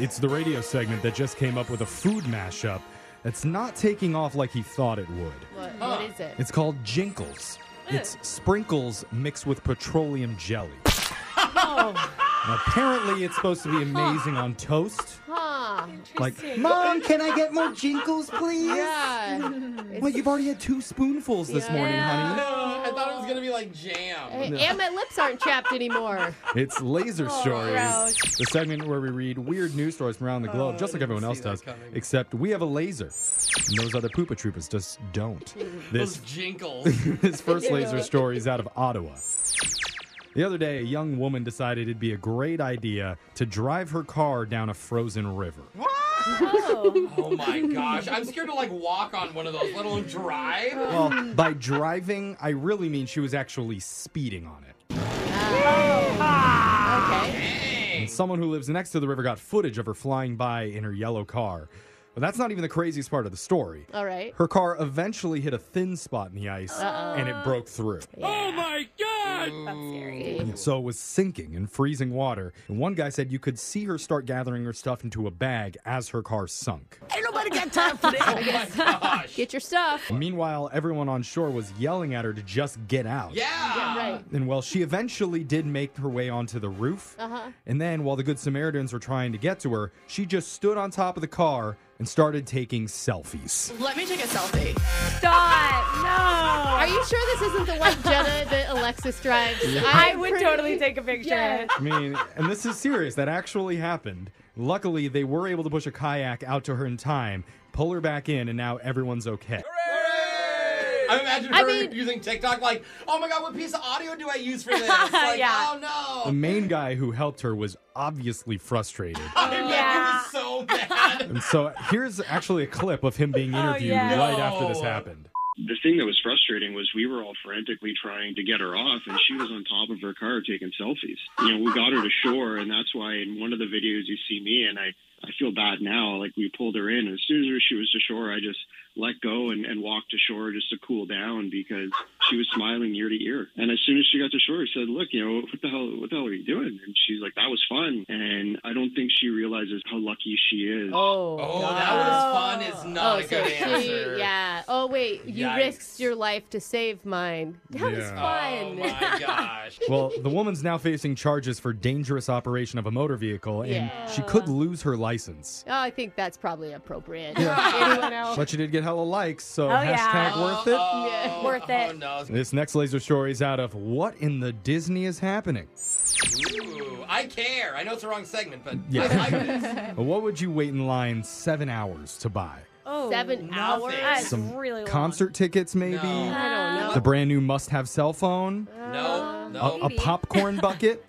It's the radio segment that just came up with a food mashup that's not taking off like he thought it would. What, what is it? It's called Jinkles. It's sprinkles mixed with petroleum jelly. And apparently, it's supposed to be amazing on toast. Huh. Like, Mom, can I get more Jinkles, please? Yeah. Well, you've already had two spoonfuls this morning, honey. No, I thought it was gonna be like jam. Hey, And my lips aren't chapped anymore. It's Laser Oh, Stories, gross. the segment where we read weird news stories from around the globe, just like everyone else Oh, that does, coming. except we have a laser. And those other Poopa Troopas just don't. This, Those jinkles. this first laser story is out of Ottawa. The other day, a young woman decided it'd be a great idea to drive her car down a frozen river. oh my gosh, I'm scared to like walk on one of those, let alone drive. Oh, Well, by driving, I really mean she was actually speeding on it. Okay. And someone who lives next to the river got footage of her flying by in her yellow car. But that's not even the craziest part of the story. All right. Her car eventually hit a thin spot in the ice and it broke through. Oh my god! That's scary. So it was sinking in freezing water. And one guy said you could see her start gathering her stuff into a bag as her car sunk. Oh my gosh. Get your stuff. Meanwhile, everyone on shore was yelling at her to just get out. Yeah. Right. And well, she eventually did make her way onto the roof. Uh-huh. And then, while the Good Samaritans were trying to get to her, she just stood on top of the car and started taking selfies. Let me take a selfie. Stop! Are you sure this isn't the white Jenna that Alexis drives? No! I would totally take a picture. Yeah. I mean, and this is serious. That actually happened. Luckily, they were able to push a kayak out to her in time, pull her back in, and now everyone's okay. I imagine her I mean- using TikTok like, oh my god, what piece of audio do I use for this? Like, Yeah. oh The no. main guy who helped her was obviously frustrated. I bet it Oh, Yeah. was so bad. And so here's actually a clip of him being interviewed yeah. right after this No. happened. the thing that was frustrating was we were all frantically trying to get her off, and she was on top of her car taking selfies. You know, we got her to shore, and that's why in one of the videos you see me, and I, I feel bad now. Like we pulled her in, and as soon as she was to shore, I just let go and, and walked to shore just to cool down because she was smiling ear to ear. And as soon as she got to shore, I said, "Look, you know, what the hell, what the hell are you doing?" And she's like, "That was fun." And I don't think she realizes how lucky she is. Oh. Oh, God. that was fun is not Oh, a so good she- answer. yeah. Oh, wait. You Yikes. risked your life to save mine. That was Yeah. Oh fun. my gosh. Well, the woman's now facing charges for dangerous operation of a motor vehicle, and Yeah. she could lose her license. Oh, I think that's probably appropriate. Yeah. But she did get hella likes, so hashtag yeah. worth it. Oh, Worth Oh, it. no. This next laser story is out of What in the Disney is Happening? Ooh, I care. I know it's the wrong segment, but Yeah. I like this. What would you wait in line seven hours to buy? Oh, Seven nothing. hours. That's Some really long. concert tickets, maybe? No. I Uh, don't know. The brand new must have cell phone? Uh, No, A, no, a popcorn bucket?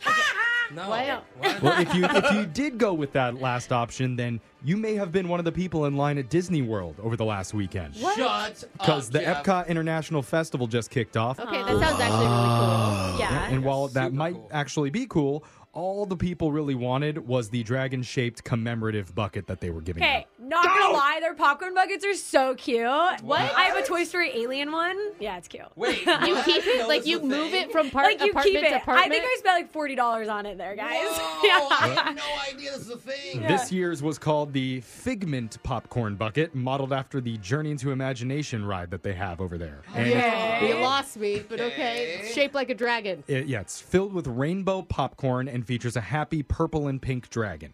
no. What? well, if you, if you did go with that last option, then you may have been one of the people in line at Disney World over the last weekend. Shut up. Because the Jeff. Epcot International Festival just kicked off. Oh, Okay, that sounds actually really Ah. cool. Yeah. And while that Super might cool. actually be cool, all the people really wanted was the dragon shaped commemorative bucket that they were giving Okay, not gonna lie, their popcorn buckets are so cute. What? I have a Toy Story alien one. Yeah, it's cute. Wait, You what? keep That it, was like the you move thing? it from part, Like you apartment keep it. to apartment. I think I spent like forty dollars on it there, guys. Whoa, I yeah. had no idea this is a thing. out. This year's was called the Figment Popcorn Bucket, modeled after the Journey into Imagination ride that they have over there. And You lost me, but okay. It's shaped like a dragon. it- yeah, it's filled with rainbow popcorn and features a happy purple and pink dragon.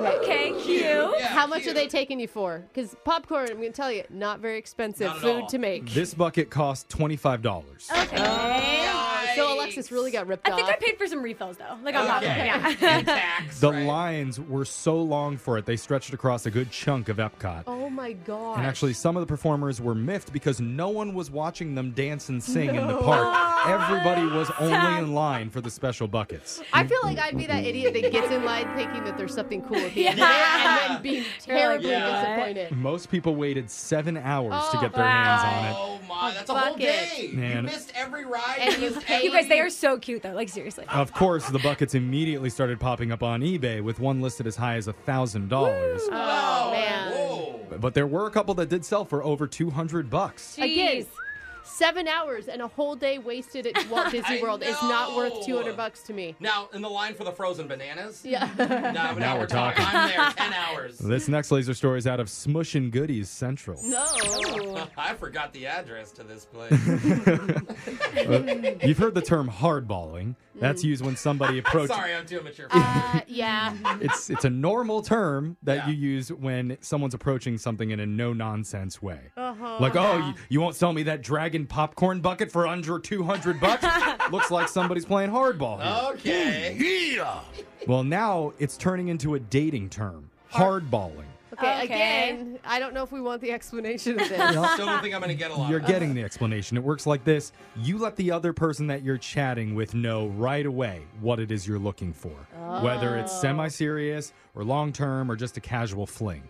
Okay, cute. Yeah, How much cute. are they taking you for? Because popcorn, I'm going to tell you, not very expensive Not at food all. to make. This bucket cost $25. Okay. so Alexis really got ripped I think I off. paid for some refills though. Like on popcorn. Okay. Yeah. And tax, The right? lines were so long for it, they stretched across a good chunk of Epcot. oh my god. And actually, some of the performers were miffed because no one was watching them dance and sing in the park. Everybody was only in line for the special buckets. I feel like I'd be that idiot that gets in line thinking that there's something cool at the end Yeah. and then being terribly Yeah. disappointed. Most people waited seven hours to get their Oh, hands on it. Oh my, that's a whole bucket. day. Man. You missed every ride. And you you missed paid- You guys, they are so cute though. Like seriously. Of course, the buckets immediately started popping up on eBay, with one listed as high as $1,000. Oh, man. Whoa. But there were a couple that did sell for over 200 bucks. Again, Jeez. Seven hours and a whole day wasted at Walt Disney I World is not worth know. 200 bucks to me. Now, in the line for the frozen bananas? Uh, Yeah. No, now, Now we're we're talking. talking. I'm there 10 hours. This next laser story is out of Smush and Goodies Central. no. I forgot the address to this place. Uh, you've heard the term hardballing. That's used when somebody approaches. Sorry, I'm too immature. for that. Uh, yeah. It's it's a normal term that Yeah. you use when someone's approaching something in a no nonsense way. Like, oh, you, you won't sell me that dragon popcorn bucket for under two hundred bucks. Looks like somebody's playing hardball. Here. Oh. okay. Well, now it's turning into a dating term. Hardballing. Okay, Okay. again, I don't know if we want the explanation of this. Still don't think I'm going to get a lot You're of that. getting the explanation. It works like this you let the other person that you're chatting with know right away what it is you're looking for, whether it's semi serious or long term or just a casual fling.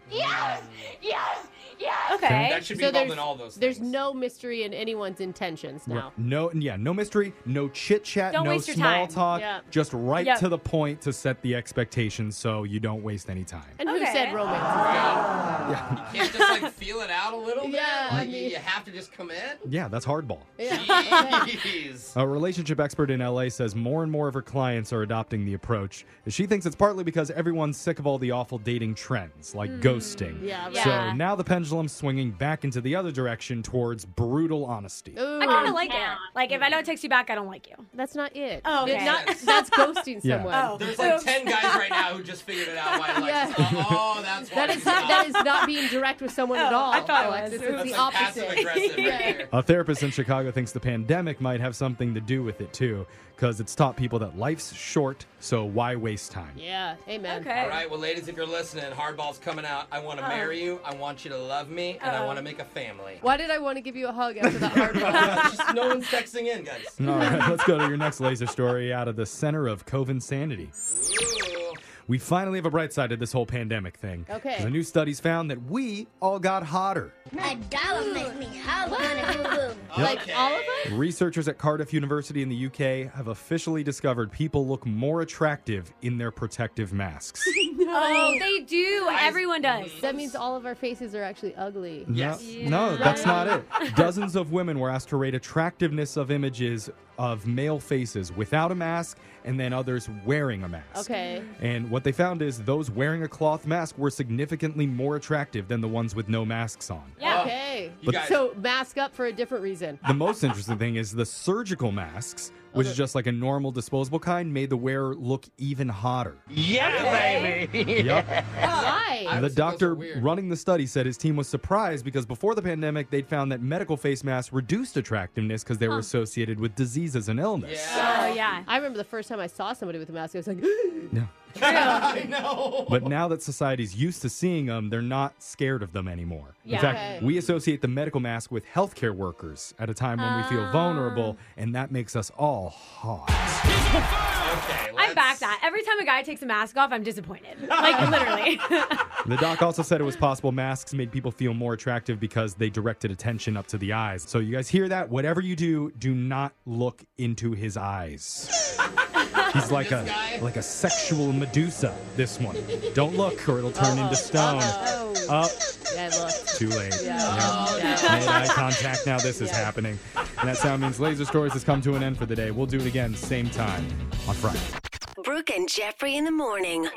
Okay. That should be So involved there's, in all those there's things. no mystery in anyone's intentions now. No, yeah, no mystery, no chit chat, Don't no waste your small time. talk, Yeah. just right Yep. to the point to set the expectations so you don't waste any time. And who Okay. said romance? You can't just like feel it out a little bit. Yeah, I Like, mean- you have to just commit. Yeah, that's hardball. Jeez. A relationship expert in LA says more and more of her clients are adopting the approach. She thinks it's partly because everyone's sick of all the awful dating trends, like ghosting. Yeah, right. So Hmm. Yeah. now the pendulum's swinging back into the other direction towards brutal honesty. Ooh, I kind of like it. Like, if I don't text you back, I don't like you. that's not it. Oh, okay. Not- that's ghosting Yeah. someone. Oh. There's like Oops. 10 guys right now who just figured it out why Alexis. Yeah. Oh, that's why That it's is not. that is not being direct with someone at Oh, all. I thought it was. Alexis. It was It's the like passive opposite. aggressive right there. A therapist in Chicago thinks the pandemic might have something to do with it too, because it's taught people that life's short, so why waste time? Yeah. Uh-huh. Amen. Okay. All right, well, ladies, if you're listening, Hardball's coming out. I want to marry you. I want you to love me, and I Uh-huh. Uh-oh. want to make a family. Why did I want to give you a hug after that hard one? Just no one's texting in, guys. All right, let's go to your next laser story out of the center of Cove Insanity. Ooh. We finally have a bright side to this whole pandemic thing. Okay. 'Cause The new studies found that we all got hotter. A dollar makes me holler on a boo boo. Like Okay. all of us? Researchers at Cardiff University in the UK have officially discovered people look more attractive in their protective masks. Oh, they do. Everyone does. That means all of our faces are actually ugly. Yes. No, no, that's not it. Dozens of women were asked to rate attractiveness of images of male faces without a mask and then others wearing a mask. Okay. And what they found is those wearing a cloth mask were significantly more attractive than the ones with no masks on. Yeah. Okay. You guys- So mask up for a different reason. The most interesting thing is the surgical masks, which is just like a normal disposable kind, made the wearer look even hotter. Yep. Why? The was- those are doctor weird. running the study said his team was surprised because before the pandemic, they'd found that medical face masks reduced attractiveness because they were associated with diseases and illness. Yeah. Oh, yeah. I remember the first time I saw somebody with a mask, I was like, No. I know. But now that society's used to seeing them, they're not scared of them anymore. Yeah. In fact, Okay. we associate the medical mask with healthcare workers at a time when we Ah. feel vulnerable, and that makes us all hot. Okay, I let's- back that. Every time a guy takes a mask off, I'm disappointed. Like, literally. The doc also said it was possible masks made people feel more attractive because they directed attention up to the eyes. So you guys hear that? Whatever you do, do not look into his eyes. He's like This a guy? like a sexual Medusa. This one. Don't look, or it'll turn into stone. oh, Up, yeah, look. too late. Yeah. Yeah. Made eye contact. Now this is happening. And that sound means Laser Stories has come to an end for the day. We'll do it again, same time on Friday. Brooke and Jeffrey in the morning.